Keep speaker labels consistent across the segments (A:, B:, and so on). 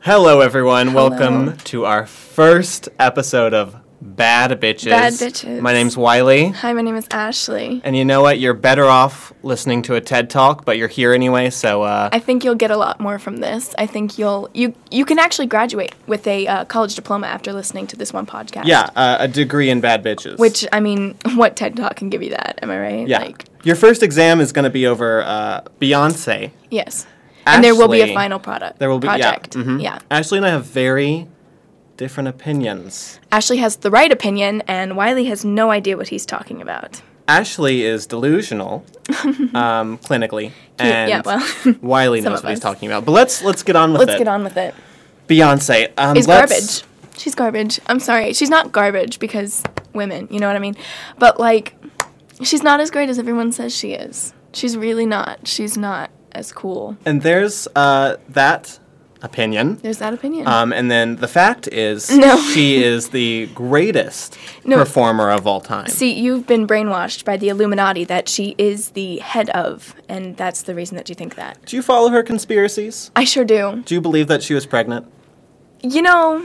A: Hello, everyone.
B: Hello.
A: Welcome to our first episode of Bad Bitches.
B: Bad Bitches.
A: My name's Wiley.
B: Hi, my name is Ashley.
A: And you know what? You're better off listening to a TED Talk, but you're here anyway, so uh,
B: I think you'll get a lot more from this. I think you'll you you can actually graduate with a uh, college diploma after listening to this one podcast.
A: yeah, uh, a degree in Bad Bitches.
B: Which I mean, what TED Talk can give you that? Am I right?
A: yeah.
B: Like,
A: Your first exam is going to be over uh, Beyonce.
B: yes. and there will be a
A: Ashley-
B: final product.
A: There will be- yeah,
B: project.
A: mhm.
B: yeah.
A: Ashley and I have very different opinions.
B: Ashley has the right opinion, and Wiley has no idea what he's talking about.
A: Ashley is delusional, um, clinically, and
B: yeah, well,
A: Wiley
B: some
A: knows
B: of
A: what he's
B: us.
A: talking about. But let's let's get on with
B: Let's
A: it.
B: get on with it.
A: Beyonce. Um,
B: is
A: let's-
B: garbage. She's garbage. I'm sorry. She's not garbage because women, you know what I mean? But like she's not as great as everyone says she is. She's really not. She's not as cool.
A: And there's uh, that opinion.
B: There's that opinion.
A: Um, and then the fact is,
B: No.
A: she is the greatest
B: No.
A: performer of all time.
B: See, you've been brainwashed by the Illuminati that she is the head of, and that's the reason that you think that.
A: Do you follow her conspiracies?
B: I sure do.
A: Do you believe that she was pregnant?
B: You know,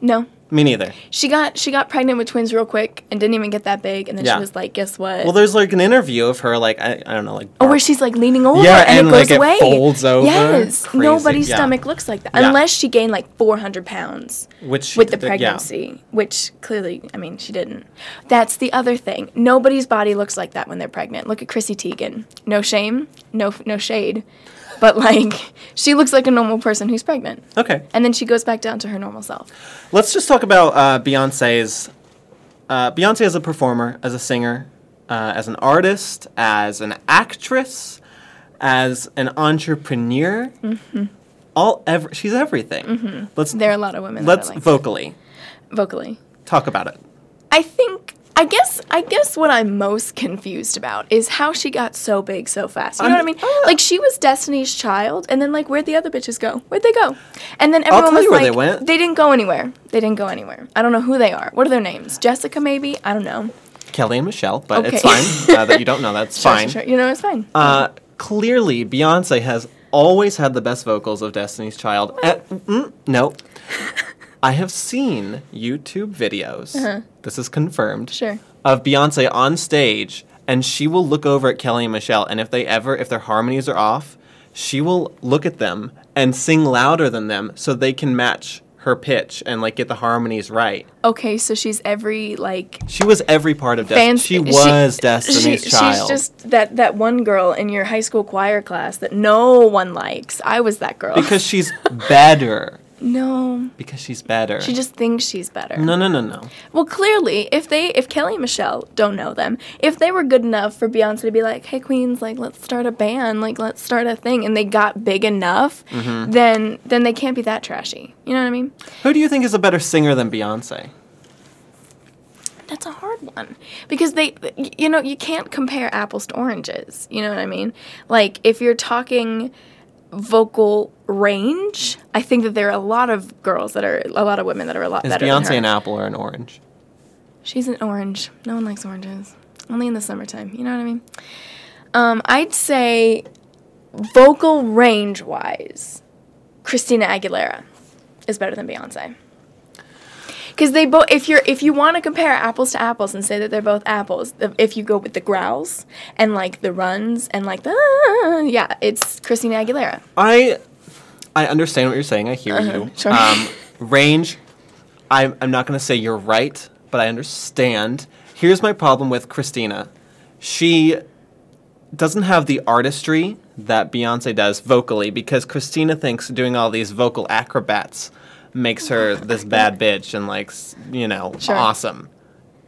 B: no.
A: Me neither.
B: She got she got pregnant with twins real quick and didn't even get that big, and then
A: Yeah.
B: she was like, "Guess what?"
A: Well, there's like an interview of her, like I, I don't know, like
B: Oh, where she's like leaning over
A: Yeah,
B: and,
A: and,
B: it
A: like,
B: goes
A: it
B: away.
A: folds over.
B: Yes,
A: Crazy,
B: nobody's
A: yeah.
B: stomach looks like that
A: Yeah.
B: unless she gained like 400 pounds
A: which she
B: with the
A: did- yeah.
B: pregnancy, which clearly, I mean, she didn't. That's the other thing. Nobody's body looks like that when they're pregnant. Look at Chrissy Teigen. No shame, no no shade, but like she looks like a normal person who's pregnant,
A: Okay,
B: and then she goes back down to her normal self.
A: let's just talk about uh, Beyonce's. Uh, Beyonce as a performer, as a singer, uh, as an artist, as an actress, as an entrepreneur.
B: Mm-hmm.
A: All ev- she's everything. Let's
B: There are a lot of women.
A: let's
B: that are like
A: vocally
B: vocally.
A: talk about it.
B: I think I guess I guess what I'm most confused about is how she got so big so fast. You know
A: I'm-
B: what I mean?
A: uh,
B: like she was Destiny's Child, and then like where'd the other bitches go? Where'd they go? And then
A: I'll
B: everyone
A: tell
B: was
A: you where
B: like,
A: they went.
B: didn't go anywhere. They didn't go anywhere. I don't know who they are. What are their names? Jessica maybe? I don't know.
A: Kelly and Michelle, but it's
B: Okay.
A: fine uh, that you don't know. That's
B: Sure,
A: fine.
B: sure, sure. You know it's fine.
A: Uh, clearly, Beyonce has always had the best vocals of Destiny's Child. Uh, mm, no. I have seen YouTube videos.
B: Uh-huh.
A: This is confirmed.
B: Sure.
A: Of Beyonce on stage, and she will look over at Kelly and Michelle, and if they ever, if their harmonies are off, she will look at them and sing louder than them so they can match her pitch and like get the harmonies right.
B: okay, so she's every like
A: She was every part of Destiny.
B: fans.
A: She was Destiny's
B: she-
A: Child.
B: She's just that that one girl in your high school choir class that no one likes. I was that girl.
A: because she's better.
B: no,
A: Because she's better.
B: she just thinks she's better.
A: No, no, no, no.
B: Well, clearly, if they, if Kelly and Michelle don't know them, if they were good enough for Beyonce to be like, "Hey, Queens, like let's start a band, like let's start a thing," and they got big enough,
A: Mm-hmm.
B: then then they can't be that trashy. You know what I mean?
A: Who do you think is a better singer than Beyonce?
B: That's a hard one because they, y- you know, you can't compare apples to oranges. You know what I mean? Like if you're talking vocal range, I think that there are a lot of girls that are a lot of women that are a lot
A: Is
B: better. than
A: Beyonce
B: her.
A: an apple or an orange?
B: She's an orange. No one likes oranges. Only in the summertime. You know what I mean? Um, I'd say vocal range wise, Christina Aguilera is better than Beyonce. Because they both, if you're, if you want to compare apples to apples and say that they're both apples, the- if you go with the growls and like the runs and like the, yeah, it's Christina Aguilera.
A: I, I understand what you're saying. I hear
B: Uh-huh,
A: you.
B: sure.
A: Um, range. I'm. I'm not going to say you're right, but I understand. Here's my problem with Christina. She doesn't have the artistry that Beyonce does vocally because Christina thinks doing all these vocal acrobats makes her this bad bitch and like s- you know
B: Sure.
A: awesome.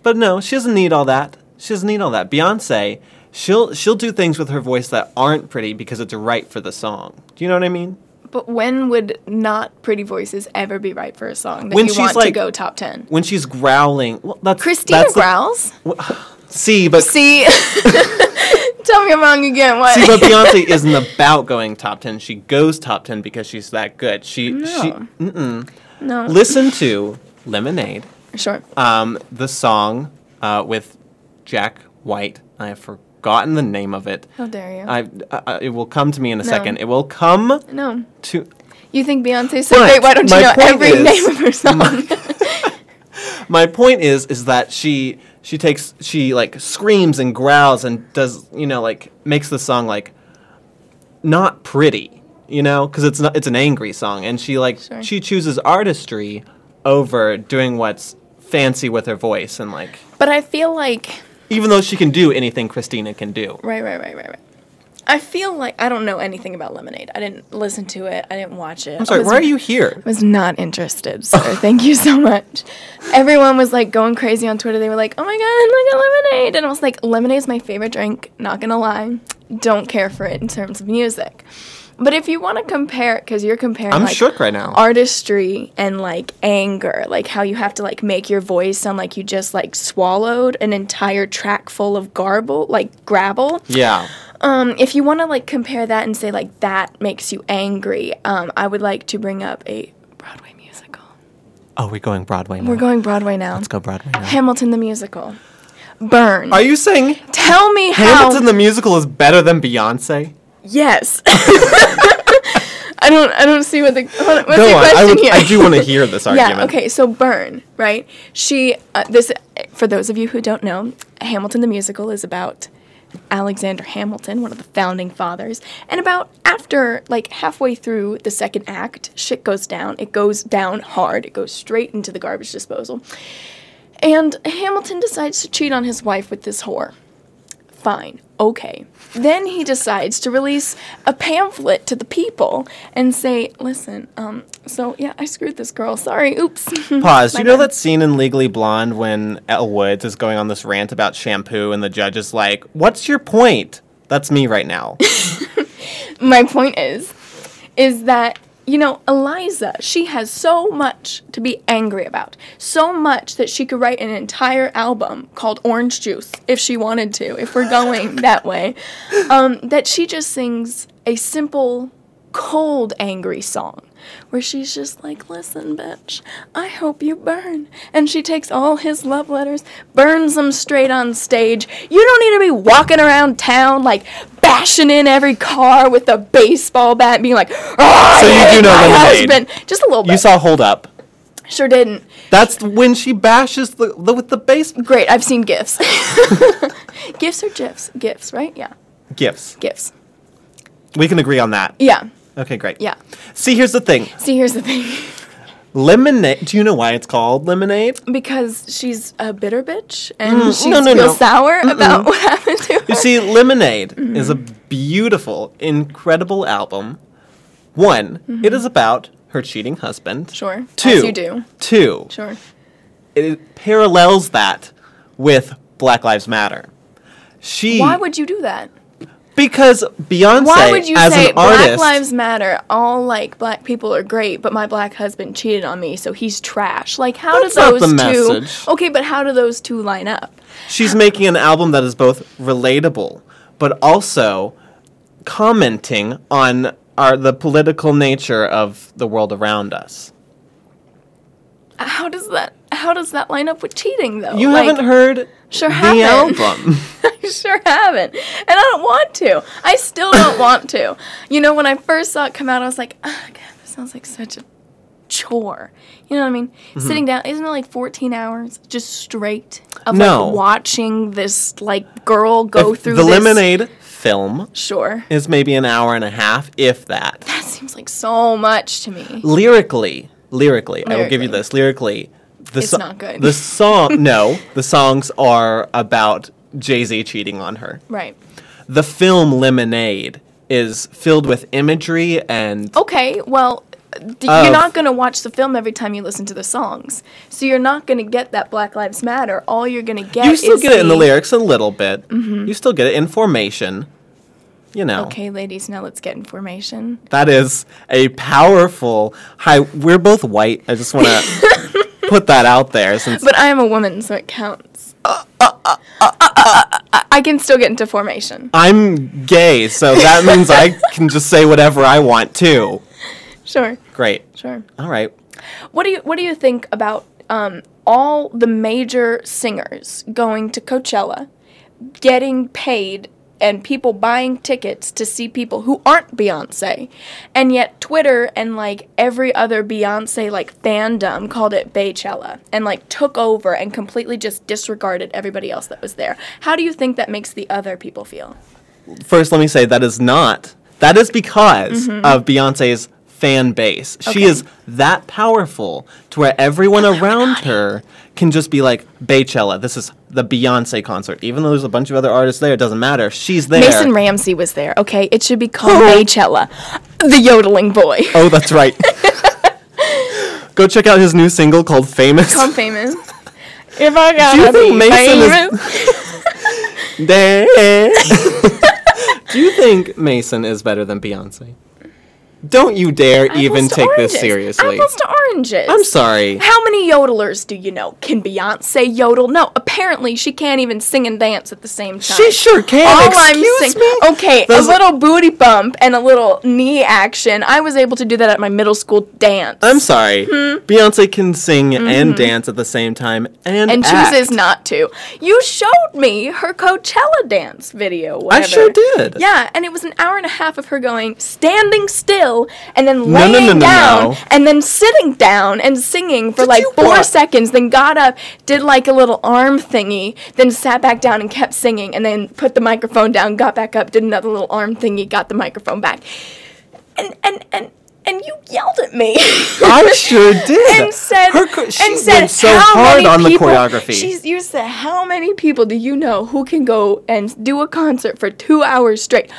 A: But no, she doesn't need all that. She doesn't need all that. Beyonce, she'll she'll do things with her voice that aren't pretty because it's right for the song. Do you know what I mean?
B: But when would not pretty voices ever be right for a song that
A: When
B: you
A: she's,
B: want to
A: like-
B: go top ten?
A: When she's growling, well, that's
B: Christina
A: that's the-
B: growls.
A: see, but
B: See, tell me I'm wrong again. What?
A: See, but Beyonce isn't about going top ten. She goes top ten because she's that good. She she
B: No.
A: mm-mm.
B: no.
A: listen to Lemonade,
B: sure.
A: um, the song uh, with Jack White. I have forgotten forgotten the name of it.
B: How dare you?
A: I, I it will come to me in a
B: No.
A: second. It will come
B: no.
A: to
B: You think Beyonce's so
A: But
B: great? Why don't you
A: my
B: know
A: point
B: every
A: is-
B: name of her song?
A: my point is is that she she takes she like screams and growls and does you know like makes the song like not pretty you know because it's not it's an angry song and she like
B: Sure.
A: she chooses artistry over doing what's fancy with her voice and like
B: but I feel like
A: even though she can do anything christina can do
B: right, right, right, right, right. I feel like I don't know anything about Lemonade. I didn't listen to it. I didn't watch it.
A: i'm sorry why are you here
B: I was not interested, sir. Thank you so much. Everyone was like going crazy on Twitter. They were like, "Oh my god, look at lemonade!" And I was like, "Lemonade is my favorite drink. Not gonna lie, don't care for it in terms of music." But if you want to compare, because you're comparing,
A: i'm
B: like,
A: shook right now
B: artistry and like anger, like how you have to like make your voice sound like you just like swallowed an entire track full of garble, like gravel
A: yeah
B: um, if you want to like compare that and say like that makes you angry, um, I would like to bring up a Broadway musical.
A: oh we're going broadway now
B: We're going Broadway now.
A: let's go broadway now
B: Hamilton the musical. Burn.
A: are you saying
B: Tell me how.
A: hamilton the musical is better than beyonce
B: yes. I don't. I don't see what the what- what's
A: Go
B: the
A: on,
B: question
A: I, would-
B: here.
A: I do want to hear this argument
B: Yeah. Okay. So Burn, right? She. Uh, this for those of you who don't know, Hamilton the musical is about Alexander Hamilton, one of the founding fathers, and about after like halfway through the second act, shit goes down. It goes down hard. It goes straight into the garbage disposal, and Hamilton decides to cheat on his wife with this whore. Fine. Okay. Then he decides to release a pamphlet to the people and say, "Listen, um, so yeah, I screwed this girl. Sorry. Oops."
A: Pause.
B: My
A: you know
B: bad.
A: that scene in Legally Blonde when Elle Woods is going on this rant about shampoo and the judge is like, "What's your point?" That's me right now.
B: my point is is that you know eliza she has so much to be angry about so much that she could write an entire album called orange juice if she wanted to if we're going that way um, that she just sings a simple cold angry song where she's just like listen bitch i hope you burn and she takes all his love letters burns them straight on stage you don't need to be walking around town like bashing in every car with a baseball bat and being like oh,
A: So you do know
B: my
A: Lemonade.
B: husband just a little bit
A: you saw Hold Up.
B: sure didn't
A: That's when she bashes the, the with the base
B: great i've seen gifs gifs or gifs gifs right yeah
A: gifts.
B: gifs
A: We can agree on that.
B: yeah
A: Okay, great.
B: yeah
A: See, here's the thing.
B: see here's the thing
A: Lemonade. Do you know why it's called lemonade?
B: Because she's a bitter bitch and she
A: no, no,
B: feels
A: no.
B: sour about what happened to her.
A: You see, Lemonade is a beautiful, incredible album. One, it is about her cheating husband.
B: Mm-hmm. Sure,
A: Two,
B: as you do.
A: Two,
B: sure.
A: it parallels that with Black Lives Matter. She
B: Why would you do that?
A: because Beyonce
B: Why would you
A: as
B: say
A: an artist
B: Black Lives Matter? All like black people are great, but my black husband cheated on me, so he's trash. Like how
A: That's
B: do
A: not
B: those
A: the
B: two?
A: message.
B: Okay, but how do those two line up?
A: she's making an album that is both relatable but also commenting on our the political nature of the world around us.
B: How does that? How does that line up with cheating though?
A: You
B: Like,
A: haven't heard
B: sure
A: the
B: haven't.
A: album.
B: I sure haven't. And I don't want to. I still don't want to. You know, when I first saw it come out, I was like, oh, God, this sounds like such a chore. You know what I mean?
A: Mm-hmm.
B: Sitting down, isn't it like 14 hours just straight of
A: No.
B: like watching this like girl go
A: If
B: through
A: the
B: this?
A: Lemonade film
B: Sure.
A: is maybe an hour and a half, if that.
B: That seems like so much to me.
A: lyrically, lyrically, I will give you
B: Lyrically.
A: this. Lyrically, the
B: It's
A: so-
B: not good.
A: The song, no, the songs are about Jay Z cheating on her.
B: Right.
A: The film Lemonade is filled with imagery and
B: Okay, well, th-
A: Of-
B: you're not going to watch the film every time you listen to the songs. So you're not going to get that Black Lives Matter. All you're going to get
A: you still
B: Oh, is Mm-hmm.
A: get it in the lyrics a little bit. You still get it in formation. You know,
B: Okay, ladies, now let's get information.
A: that is a powerful. Hi, we're both white. I just want to put that out there since
B: But I am a woman, so it counts. I can still get into formation.
A: I'm gay, so that means I can just say whatever I want to.
B: Sure,
A: Great.
B: sure.
A: All right.
B: What do you What do you think about um, all the major singers going to Coachella, getting paid and people buying tickets to see people who aren't Beyonce. And yet Twitter and like every other Beyonce like fandom called it Baychella and like took over and completely just disregarded everybody else that was there. How do you think that makes the other people feel?
A: First, let me say that is not. That is because of Beyonce's fan base. She
B: Mm-hmm. Okay. Oh
A: is that powerful to where everyone around her can just be like, Baychella, this is the Beyonce concert. Even though there's a bunch of other artists there, it doesn't matter. She's there.
B: Mason Ramsey was there, okay? It should be called Baychella, the yodeling boy.
A: oh, that's right. Go check out his new single called Famous.
B: I'm famous. If I got
A: you
B: to
A: think
B: be
A: Mason is-
B: famous.
A: There. Do you think Mason is better than Beyonce? Don't you dare even
B: Apples to
A: take this
B: oranges.
A: seriously.
B: Apples to oranges.
A: I'm sorry.
B: How many yodelers do you know? Can Beyonce yodel? No, apparently she can't even sing and dance at the same time.
A: She sure can.
B: All
A: Excuse
B: I'm saying,
A: me.
B: okay,
A: Those-
B: a little booty bump and a little knee action. I was able to do that at my middle school dance.
A: I'm sorry.
B: Hmm?
A: Beyonce can sing and dance at the same time and
B: Mm-hmm. and
A: act.
B: chooses not to. You showed me her Coachella dance video.
A: I
B: whatever.
A: sure did.
B: Yeah, and it was an hour and a half of her going standing still and then
A: No, no,
B: laying
A: no, no,
B: down
A: no.
B: and then sitting down and singing for
A: Did
B: like
A: you
B: four
A: wa-
B: seconds, then got up, did like a little arm thingy, then sat back down and kept singing, and then put the microphone down, got back up, did another little arm thingy, got the microphone back. And and and and you yelled at me.
A: I sure did.
B: and said
A: Her cho- she
B: and said
A: went so
B: how
A: hard
B: many
A: on the
B: people,
A: choreography.
B: She's you said how many people do you know who can go and do a concert for two hours straight?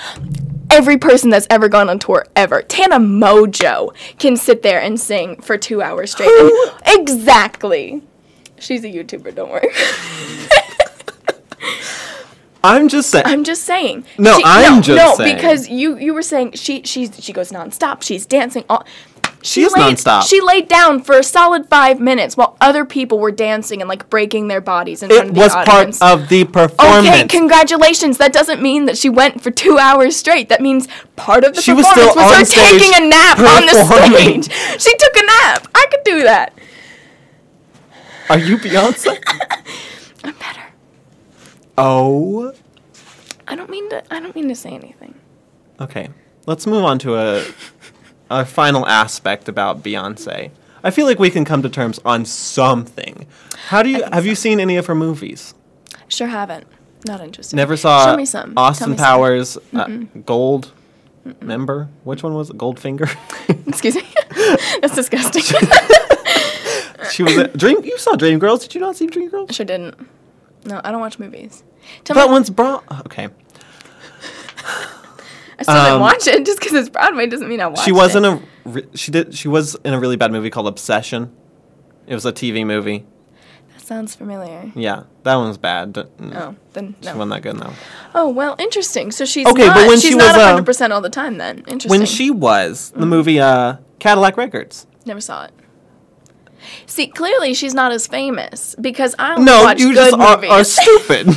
B: Every person that's ever gone on tour ever, Tana Mojo, can sit there and sing for two hours straight.
A: Who?
B: And- exactly. She's a YouTuber. Don't worry.
A: I'm just saying.
B: I'm just saying.
A: No, I'm just
B: no,
A: saying.
B: because you you were saying she she's she goes nonstop. She's dancing all. She
A: She is
B: laid,
A: nonstop.
B: She laid down for a solid five minutes while other people were dancing and like breaking their bodies in front
A: it
B: of the
A: was
B: audience.
A: part of the performance.
B: Okay, congratulations. That doesn't mean that she went for two hours straight. That means part of the
A: She was
B: performance
A: still
B: was
A: on
B: her
A: stage
B: taking a nap on the
A: performing.
B: stage. She took a nap. I could do that.
A: Are you Beyonce?
B: I'm better.
A: oh.
B: I don't mean to. I don't mean to say anything.
A: Okay, let's move on to a, a final aspect about Beyonce. I feel like we can come to terms on something. How do you have you seen any of her movies?
B: Sure haven't. Not interested.
A: Never saw
B: Show me some. Tell
A: Austin
B: me some.
A: Powers uh, Gold member. Which one was it? Goldfinger.
B: Excuse me. That's disgusting.
A: she was a, Dream. You saw Dreamgirls. Did you not see Dreamgirls?
B: sure didn't. No, I don't watch movies. Tell
A: That
B: me,
A: one's bra. Okay.
B: I still
A: um,
B: didn't watch it. Just because it's Broadway doesn't mean I watched it.
A: She was in a. re- She did. She was in a really bad movie called Obsession. It was a TV movie.
B: That sounds familiar.
A: Yeah, that one's bad. D- mm,
B: Oh, then
A: She
B: no.
A: wasn't that good in that one.
B: Oh well, interesting. So she's
A: Okay, but
B: not,
A: when
B: she's
A: she
B: not
A: was, uh,
B: 100 percent all the time then. Interesting.
A: when she was the movie uh, Cadillac Records.
B: never saw it. See, clearly she's not as famous because I only
A: No,
B: watch
A: you
B: good
A: just are,
B: movies.
A: are stupid.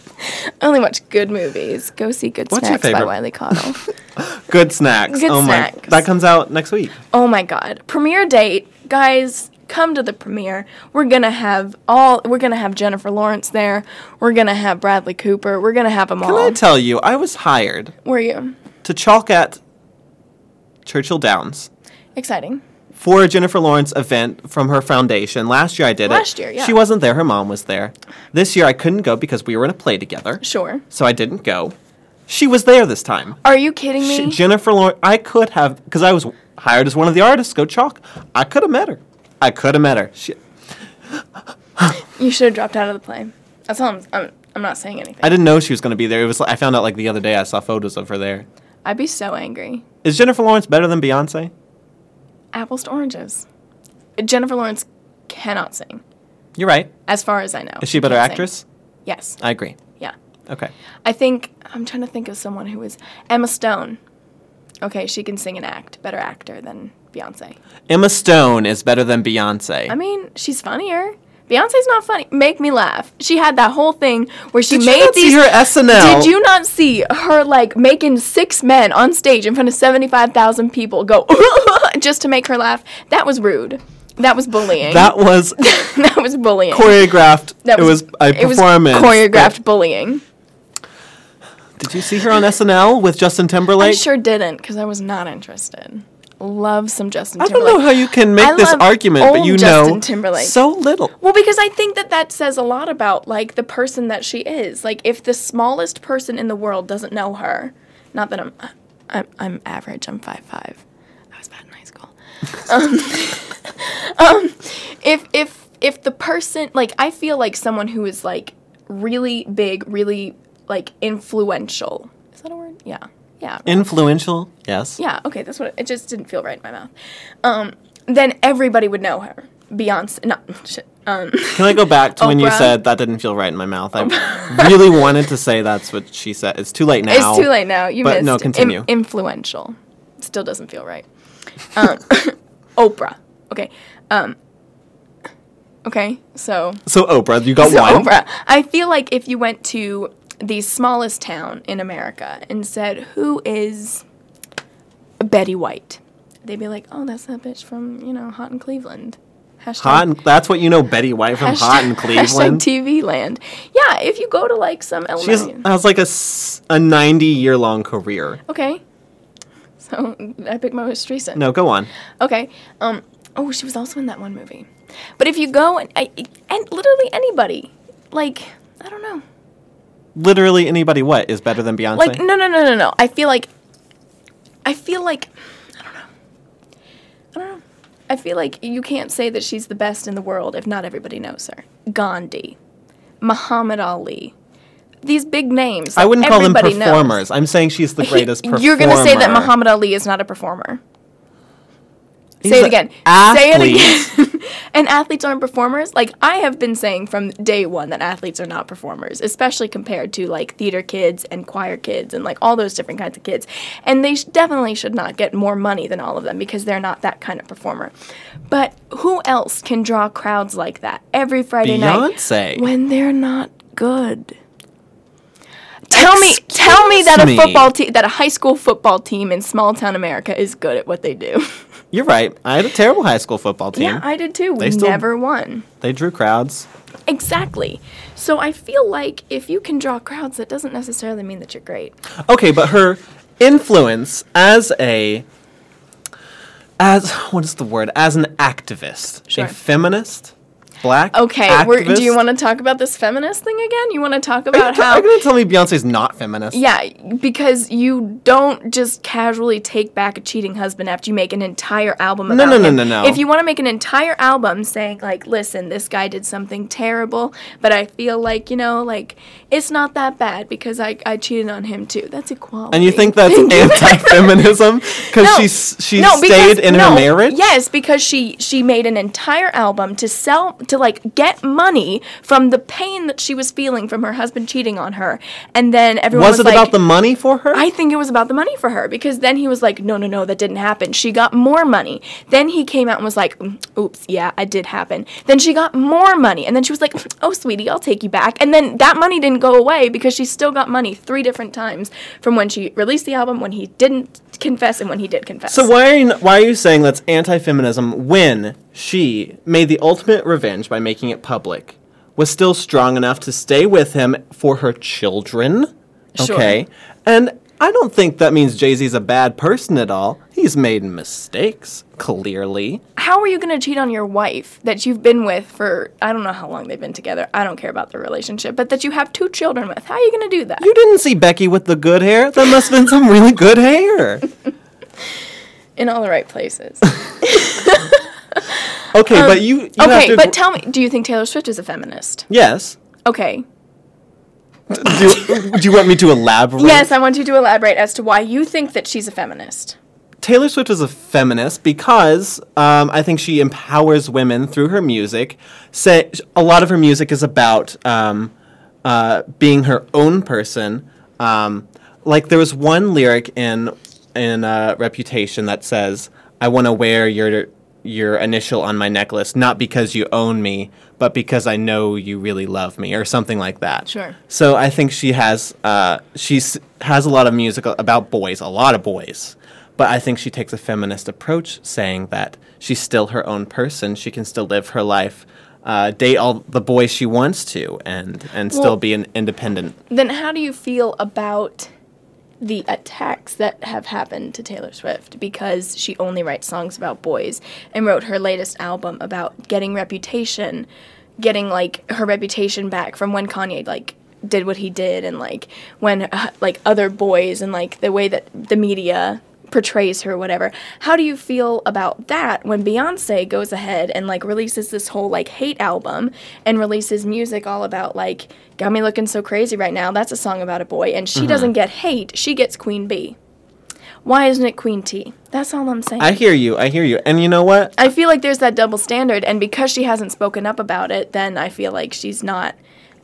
B: I only watch good movies. Go see Good
A: What's your
B: Snacks by
A: favorite-
B: Wiley Cottle.
A: Good snacks.
B: Good
A: oh my,
B: snacks.
A: that comes out next week.
B: Oh my god. Premiere date. Guys, come to the premiere. We're going to have all we're going to have Jennifer Lawrence there. We're going to have Bradley Cooper. We're going to have them
A: Can
B: all.
A: I tell you? I was hired
B: Were you
A: to chalk at Churchill Downs
B: exciting?
A: for a Jennifer Lawrence event from her foundation. Last year I did it.
B: Last year, yeah.
A: She wasn't there. Her mom was there. This year I couldn't go because we were in a play together,
B: Sure.
A: so I didn't go. She was there this time.
B: Are you kidding
A: She-
B: me?
A: Jennifer Lawrence. I could have because I was hired as one of the artists. Go chalk. I could have met her. I could have met her. She,
B: you should have dropped out of the play. That's all I'm I'm, I'm not saying anything.
A: I didn't know she was going to be there. It was I found out like the other day. I saw photos of her there.
B: I'd be so angry.
A: Is Jennifer Lawrence better than Beyonce?
B: Apples to oranges. Jennifer Lawrence cannot sing
A: You're right.
B: as far as I know.
A: Is she a better
B: can't sing.
A: actress? Uh.
B: Yes.
A: I agree.
B: Yeah.
A: Okay.
B: I think I'm trying to think of someone who is Emma Stone. Okay, she can sing and act. Better actor than Beyonce.
A: Emma Stone is better than Beyonce.
B: I mean, she's funnier. Beyonce's not funny. Make me laugh. She had that whole thing where she
A: Did you
B: made
A: not
B: these.
A: see her SNL?
B: Did you not see her like making six men on stage in front of seventy five thousand people go just to make her laugh? That was rude. That was bullying.
A: That was
B: that was bullying.
A: choreographed.
B: That
A: it was a
B: it was
A: performance.
B: choreographed bullying.
A: Did you see her on SNL with Justin
B: I
A: Timberlake?
B: sure didn't because I was not interested. Love some Justin
A: I don't
B: Timberlake.
A: know how you can make
B: I
A: this
B: love
A: argument, but
B: old
A: you
B: Justin
A: know
B: Timberlake.
A: so little.
B: Well, because I think that that says a lot about like the person that she is. Like if the smallest person in the world doesn't know her, not that I'm I'm I'm average. I'm five five. I was bad in high school. Um, um, if if if the person like I feel like someone who is like really big, really like influential. Is that a word? Yeah. Yeah.
A: Influential, yes.
B: Yeah, okay, that's what it just didn't feel right in my mouth. Um, then everybody would know her. Beyonce, no, shit. Um,
A: Can I go back to when you
B: Oprah.
A: said that didn't feel right in my mouth? I really wanted to say that's what she said. It's too late now.
B: it's too late now. You
A: But
B: missed.
A: no,
B: Im-
A: continue.
B: influential. Still doesn't feel right. Um, Oprah. Okay. Um, okay, so
A: So Oprah, you got
B: So
A: one.
B: Oprah. I feel like if you went to the smallest town in America and said, "Who is Betty White?" They'd be like, "Oh, that's that bitch from you know Hot in Cleveland." Hashtag,
A: Hot and, that's what you know Betty White from
B: hashtag-
A: Hot in
B: hashtag
A: Cleveland.
B: TV land. Yeah, if you go to like some
A: She has,
B: elementary.
A: has like a, s- a 90 year long career.
B: Okay. So I picked my most recent.
A: No, go on.
B: Okay. Um. Oh, she was also in that one movie. But if you go and I and literally anybody, like I don't know.
A: Literally anybody what is better than Beyonce?
B: like no no no no no i feel like i feel like i don't know i don't know i feel like you can't say that she's the best in the world if not everybody knows her gandhi muhammad ali these big names
A: I
B: that
A: wouldn't call them
B: everybody knows.
A: performers. I'm saying she's the
B: He-
A: greatest performer.
B: you're gonna say that muhammad ali is not a performer
A: He's
B: say it
A: a
B: again. Say
A: Athlete.
B: it again. and athletes aren't performers. Like I have been saying from day one that athletes are not performers, especially compared to like theater kids and choir kids and like all those different kinds of kids. And they sh- definitely should not get more money than all of them because they're not that kind of performer. But who else can draw crowds like that every Friday night
A: Beyonce.
B: when they're not good? Tell me, tell me
A: Excuse
B: that a
A: me.
B: football team, that a high school football team in small town America is good at what they do.
A: You're right. I had a terrible high school football team.
B: Yeah, I did too. We
A: They still-
B: never won.
A: they drew crowds.
B: Exactly. So I feel like if you can draw crowds, that doesn't necessarily mean that you're great.
A: Okay, but her influence as a as what is the word? As an activist,
B: Sure.
A: a feminist, black.
B: Okay, we're, do you
A: activist?
B: want to talk about this feminist thing again? You want to talk
A: Are you,
B: about
A: t-
B: how.
A: are you gonna tell me Beyonce's not feminist?
B: Yeah, because you don't just casually take back a cheating husband after you make an entire album
A: No,
B: about
A: no, no,
B: him.
A: no, no.
B: If you want to make an entire album saying like, listen, this guy did something terrible, but I feel like you know, like it's not that bad because I, I cheated on him too. That's equality.
A: And you think that's
B: Thank you.
A: anti-feminism because she s- she stayed in
B: no,
A: her marriage?
B: Yes, because she she made an entire album to sell to like get money from the pain that she was feeling from her husband cheating on her, and then everyone was,
A: Was it
B: like,
A: about the money for her?
B: I think it was about the money for her because then he was like, no, no, no, that didn't happen. She got more money. Then he came out and was like, "Mm, oops, yeah, it did happen. Then she got more money. And then she was like, oh, sweetie, I'll take you back. And then that money didn't go away because she still got money three different times from when she released the album, when he didn't confess, and when he did confess.
A: So why are you, n- why are you saying that's anti-feminism when she made the ultimate revenge by making it public, was still strong enough to stay with him for her children?
B: Sure.
A: Okay, and I don't think that means Jay Z's a bad person at all. He's made mistakes, clearly.
B: how are you going to cheat on your wife that you've been with for, I don't know how long they've been together. I don't care about their relationship, but that you have two children with. How are you going to do that?
A: You didn't see Becky with the good hair. That must have been some really good hair.
B: in all the right places.
A: Okay, but you, you have
B: Um, okay,
A: to
B: but
A: agr-
B: tell me, do you think Taylor Swift is a feminist?
A: yes.
B: Okay.
A: do, you, do you want me to elaborate?
B: Yes, I want you to elaborate as to why you think that she's a feminist.
A: Taylor Swift is a feminist because um, I think she empowers women through her music. Say, a lot of her music is about um, uh, being her own person. Um, like there was one lyric in in uh, Reputation that says, "I want to wear your your initial on my necklace, not because you own me, but because I know you really love me," or something like that.
B: Sure.
A: So I think she has uh, she's has a lot of music a- about boys, a lot of boys. But I think she takes a feminist approach, saying that she's still her own person. She can still live her life, uh, date all the boys she wants to, and and
B: Well-
A: still be an independent.
B: Then how do you feel about the attacks that have happened to Taylor Swift because she only writes songs about boys and wrote her latest album about getting reputation, getting like her reputation back from when Kanye like did what he did and like when uh, like other boys and like the way that the media portrays her whatever how do you feel about that when beyonce goes ahead and like releases this whole like hate album and releases music all about like got me looking so crazy right now that's a song about a boy and she doesn't get hate she gets queen b why isn't it queen t that's all i'm saying
A: I hear you. I hear you. And you know what?
B: I feel like there's that double standard, and because she hasn't spoken up about it, then I feel like she's not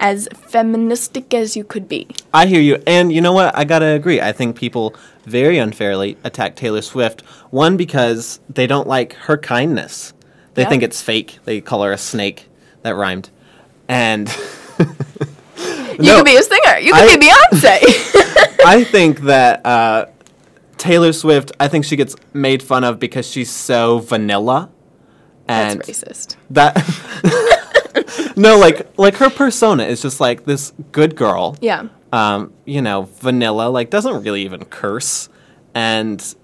B: as feministic as you could be.
A: I hear you. And you know what? I got to agree. I think people very unfairly attack Taylor Swift. One, because they don't like her kindness, they
B: Yeah.
A: think it's fake. They call her a snake. That rhymed. And
B: You could be a singer. You could
A: I-
B: be Beyonce.
A: I think that uh, Taylor Swift, I think she gets made fun of because she's so vanilla.
B: That's
A: And
B: racist.
A: that. no, like like her persona is just like this good girl.
B: Yeah.
A: um, you know, vanilla, like doesn't really even curse and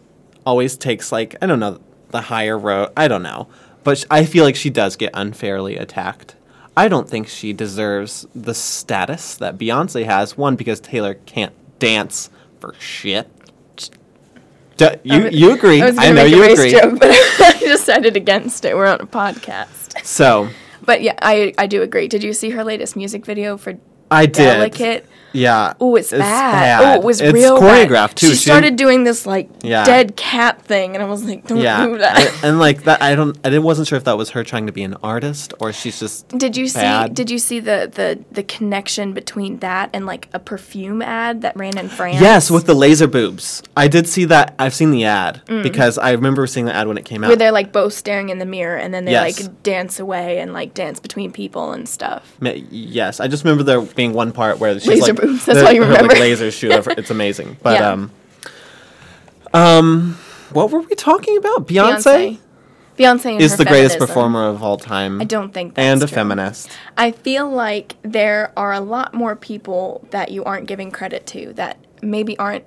A: always takes like, I don't know, the higher road. I don't know. But sh- I feel like she does get unfairly attacked. I don't think she deserves the status that Beyonce has. One, because Taylor can't dance for shit. D- you, you agree.
B: I was
A: I,
B: gonna
A: know
B: make a
A: you
B: race
A: agree.
B: joke, but I decided against it. We're on a podcast.
A: So
B: But yeah, I I do agree. Did you see her latest music video for
A: I did.
B: Delicate?
A: Yeah.
B: Oh, it's, bad. Oh, it was
A: it's
B: real bad.
A: choreographed too.
B: She started doing this like
A: Yeah.
B: dead cat thing, and I was like, "Don't
A: Yeah,
B: do that."
A: I- and like that, I don't, I didn't- wasn't sure if that was her trying to be an artist or she's just.
B: Did you see?
A: bad.
B: Did you see the, the the connection between that and like a perfume ad that ran in France?
A: Yes, with the laser boobs. I did see that. I've seen the ad
B: Mm.
A: because I remember seeing the ad when it came
B: where
A: out.
B: they're like both staring in the mirror and then they
A: Yes.
B: like dance away and like dance between people and stuff.
A: Ma- yes, I just remember there being one part where she's
B: Laser
A: like,
B: boobs, that's
A: the-
B: all you
A: her,
B: remember.
A: Like, laser shoot. Over. It's amazing. But
B: Yeah.
A: um, um, what were we talking about? Beyonce,
B: Beyonce, Beyonce and
A: is
B: her
A: the greatest
B: feminism.
A: performer of all time.
B: I don't think that's
A: And a
B: true.
A: feminist.
B: I feel like there are a lot more people that you aren't giving credit to that maybe aren't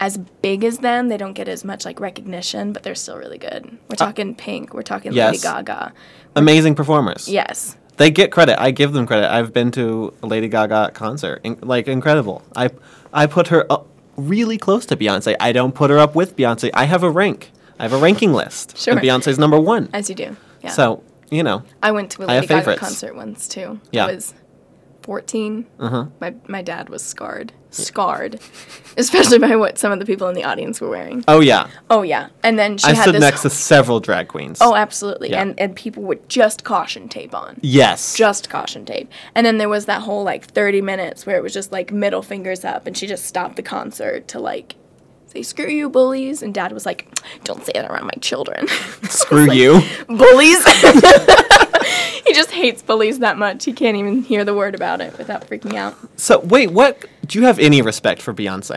B: as big as them. They don't get as much like recognition, but they're still really good. We're talking Pink. We're talking Lady
A: Uh, yes.
B: Gaga.
A: Amazing performers.
B: Yes.
A: They get credit. I give them credit. I've been to a Lady Gaga concert. In- like incredible. I I put her up really close to Beyonce. I don't put her up with Beyonce. I have a rank. I have a ranking list.
B: Sure.
A: And Beyonce's number 1.
B: As you do. Yeah.
A: So, you know,
B: I went to a
A: have
B: Lady Gaga
A: favorites.
B: concert once too.
A: Yeah. Uh-huh.
B: I was 14. My my dad was scarred, scarred, especially by what some of the people in the audience were wearing.
A: oh yeah.
B: Oh yeah, and then she
A: I
B: had
A: stood
B: this.
A: next to several drag queens.
B: oh, absolutely,
A: Yeah.
B: and and people with just caution tape on.
A: yes.
B: Just caution tape. And then there was that whole like 30 minutes where it was just like middle fingers up and she just stopped the concert to like say, screw you, bullies. And dad was like, don't say that around my children.
A: Screw you.
B: bullies. he just hates bullies that much. He can't even hear the word about it without freaking out.
A: So, wait, what do you have any respect for Beyonce?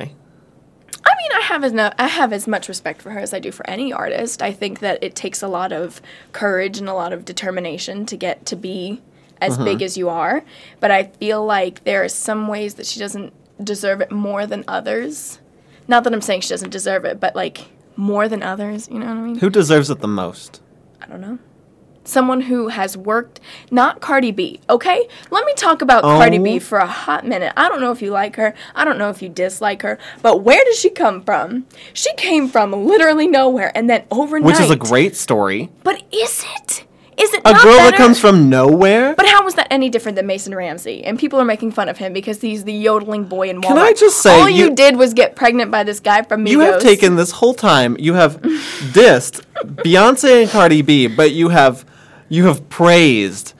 B: I mean, I have as no, I have as much respect for her as I do for any artist. I think that it takes a lot of courage and a lot of determination to get to be as big as you are, but I feel like there are some ways that she doesn't deserve it more than others. Not that I'm saying she doesn't deserve it, but like more than others, you know what I mean?
A: Who deserves it the most?
B: I don't know. Someone who has worked, not Cardi B, okay? Let me talk about Cardi B
A: Oh.
B: for a hot minute. I don't know if you like her. I don't know if you dislike her. But where did she come from? She came from literally nowhere and then overnight.
A: Which is a great story.
B: But is it? Is it
A: A
B: not
A: girl that
B: better?
A: comes from nowhere?
B: But how was that any different than Mason Ramsey? And people are making fun of him because he's the yodeling boy in Walmart.
A: I just say
B: all you,
A: you-
B: did was get pregnant by this guy from Migos?
A: You have taken this whole time. You have dissed Beyonce and Cardi B, but you have you have praised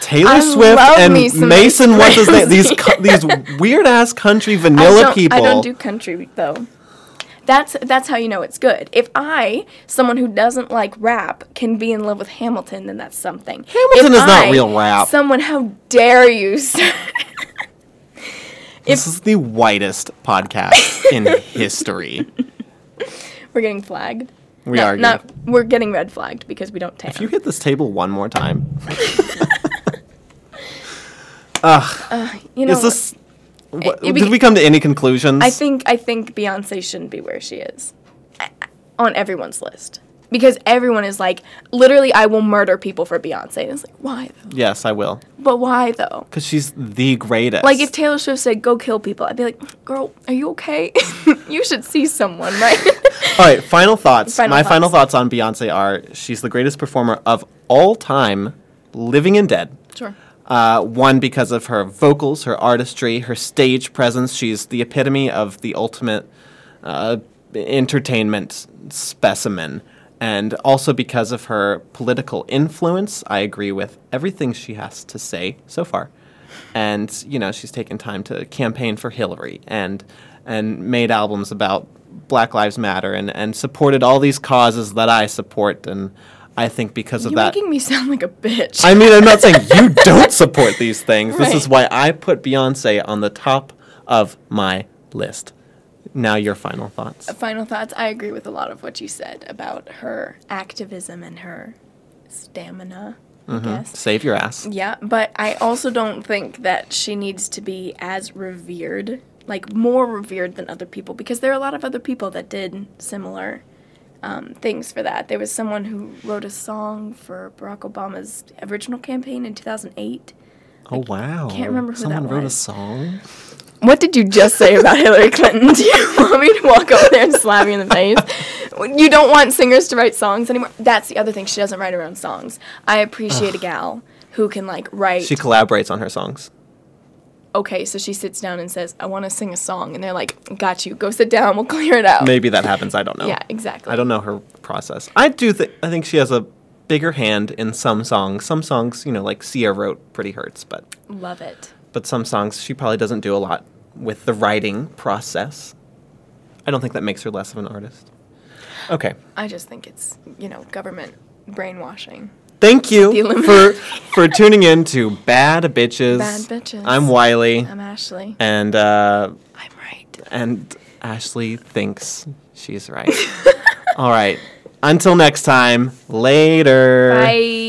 A: Taylor
B: I
A: Swift
B: love
A: and
B: me some
A: Mason.
B: Mason
A: What's his name? These
B: Ramsey.
A: co- these weird ass country
B: I
A: vanilla
B: don't-
A: people.
B: I don't do country though. That's that's how you know it's good. If I, someone who doesn't like rap, can be in love with Hamilton, then that's something.
A: Hamilton
B: If
A: is not
B: I,
A: real rap.
B: Someone, how dare you? sir?
A: this is the whitest podcast in history.
B: we're getting flagged.
A: We
B: No,
A: are.
B: Not, we're getting red flagged because we don't tan.
A: If you hit this table one more time,
B: you know,
A: is this? What,
B: it
A: did
B: beca-
A: we come to any conclusions?
B: I think I think Beyonce shouldn't be where she is I- I- on everyone's list because everyone is like, literally, I will murder people for Beyonce. And it's like, why? Though?
A: Yes, I will.
B: But why though?
A: Because she's the greatest.
B: Like if Taylor Swift said, "Go kill people," I'd be like, "Girl, are you okay? you should see someone, right?"
A: All right, final thoughts.
B: Final
A: My
B: thoughts.
A: final thoughts on Beyonce are she's the greatest performer of all time, living and dead.
B: sure.
A: Uh, one, because of her vocals, her artistry, her stage presence. She's the epitome of the ultimate uh, entertainment specimen. And also because of her political influence. I agree with everything she has to say so far. And, you know, she's taken time to campaign for Hillary and, and made albums about Black Lives Matter and, and supported all these causes that I support. And I think because of
B: You're
A: that.
B: making me sound like a bitch.
A: I mean, I'm not saying you don't support these things. This is why
B: Right.
A: I put Beyonce on the top of my list. Now, your final thoughts.
B: Final thoughts. I agree with a lot of what you said about her activism and her stamina.
A: Mm-hmm.
B: I guess.
A: Save your ass.
B: Yeah, but I also don't think that she needs to be as revered, like more revered than other people, because there are a lot of other people that did similar um, things for that. There was someone who wrote a song for Barack Obama's original campaign in 2008.
A: Oh, wow.
B: can't remember who
A: Someone
B: that
A: wrote a
B: was.
A: song?
B: What did you just say about Hillary Clinton? Do you want me to walk over there and slap you in the face? You don't want singers to write songs anymore. That's the other thing. She doesn't write her own songs. I appreciate a gal who can like write.
A: She collaborates on her songs.
B: okay, so she sits down and says, I want to sing a song. And they're like, got you. Go sit down. We'll clear it out.
A: Maybe that happens. I don't know.
B: Yeah, exactly.
A: I don't know her process. I do think, I think she has a bigger hand in some songs. Some songs, you know, like Sia wrote Pretty Hurts, but,
B: Love it.
A: but some songs she probably doesn't do a lot with the writing process. I don't think that makes her less of an artist. Okay.
B: I just think it's, you know, government brainwashing.
A: Thank
B: The
A: you for
B: Illuminati.
A: for tuning in to Bad Bitches.
B: Bad Bitches.
A: I'm Wiley,
B: I'm Ashley.
A: and uh,
B: I'm right.
A: and Ashley thinks she's right. All right. Until next time. Later.
B: Bye.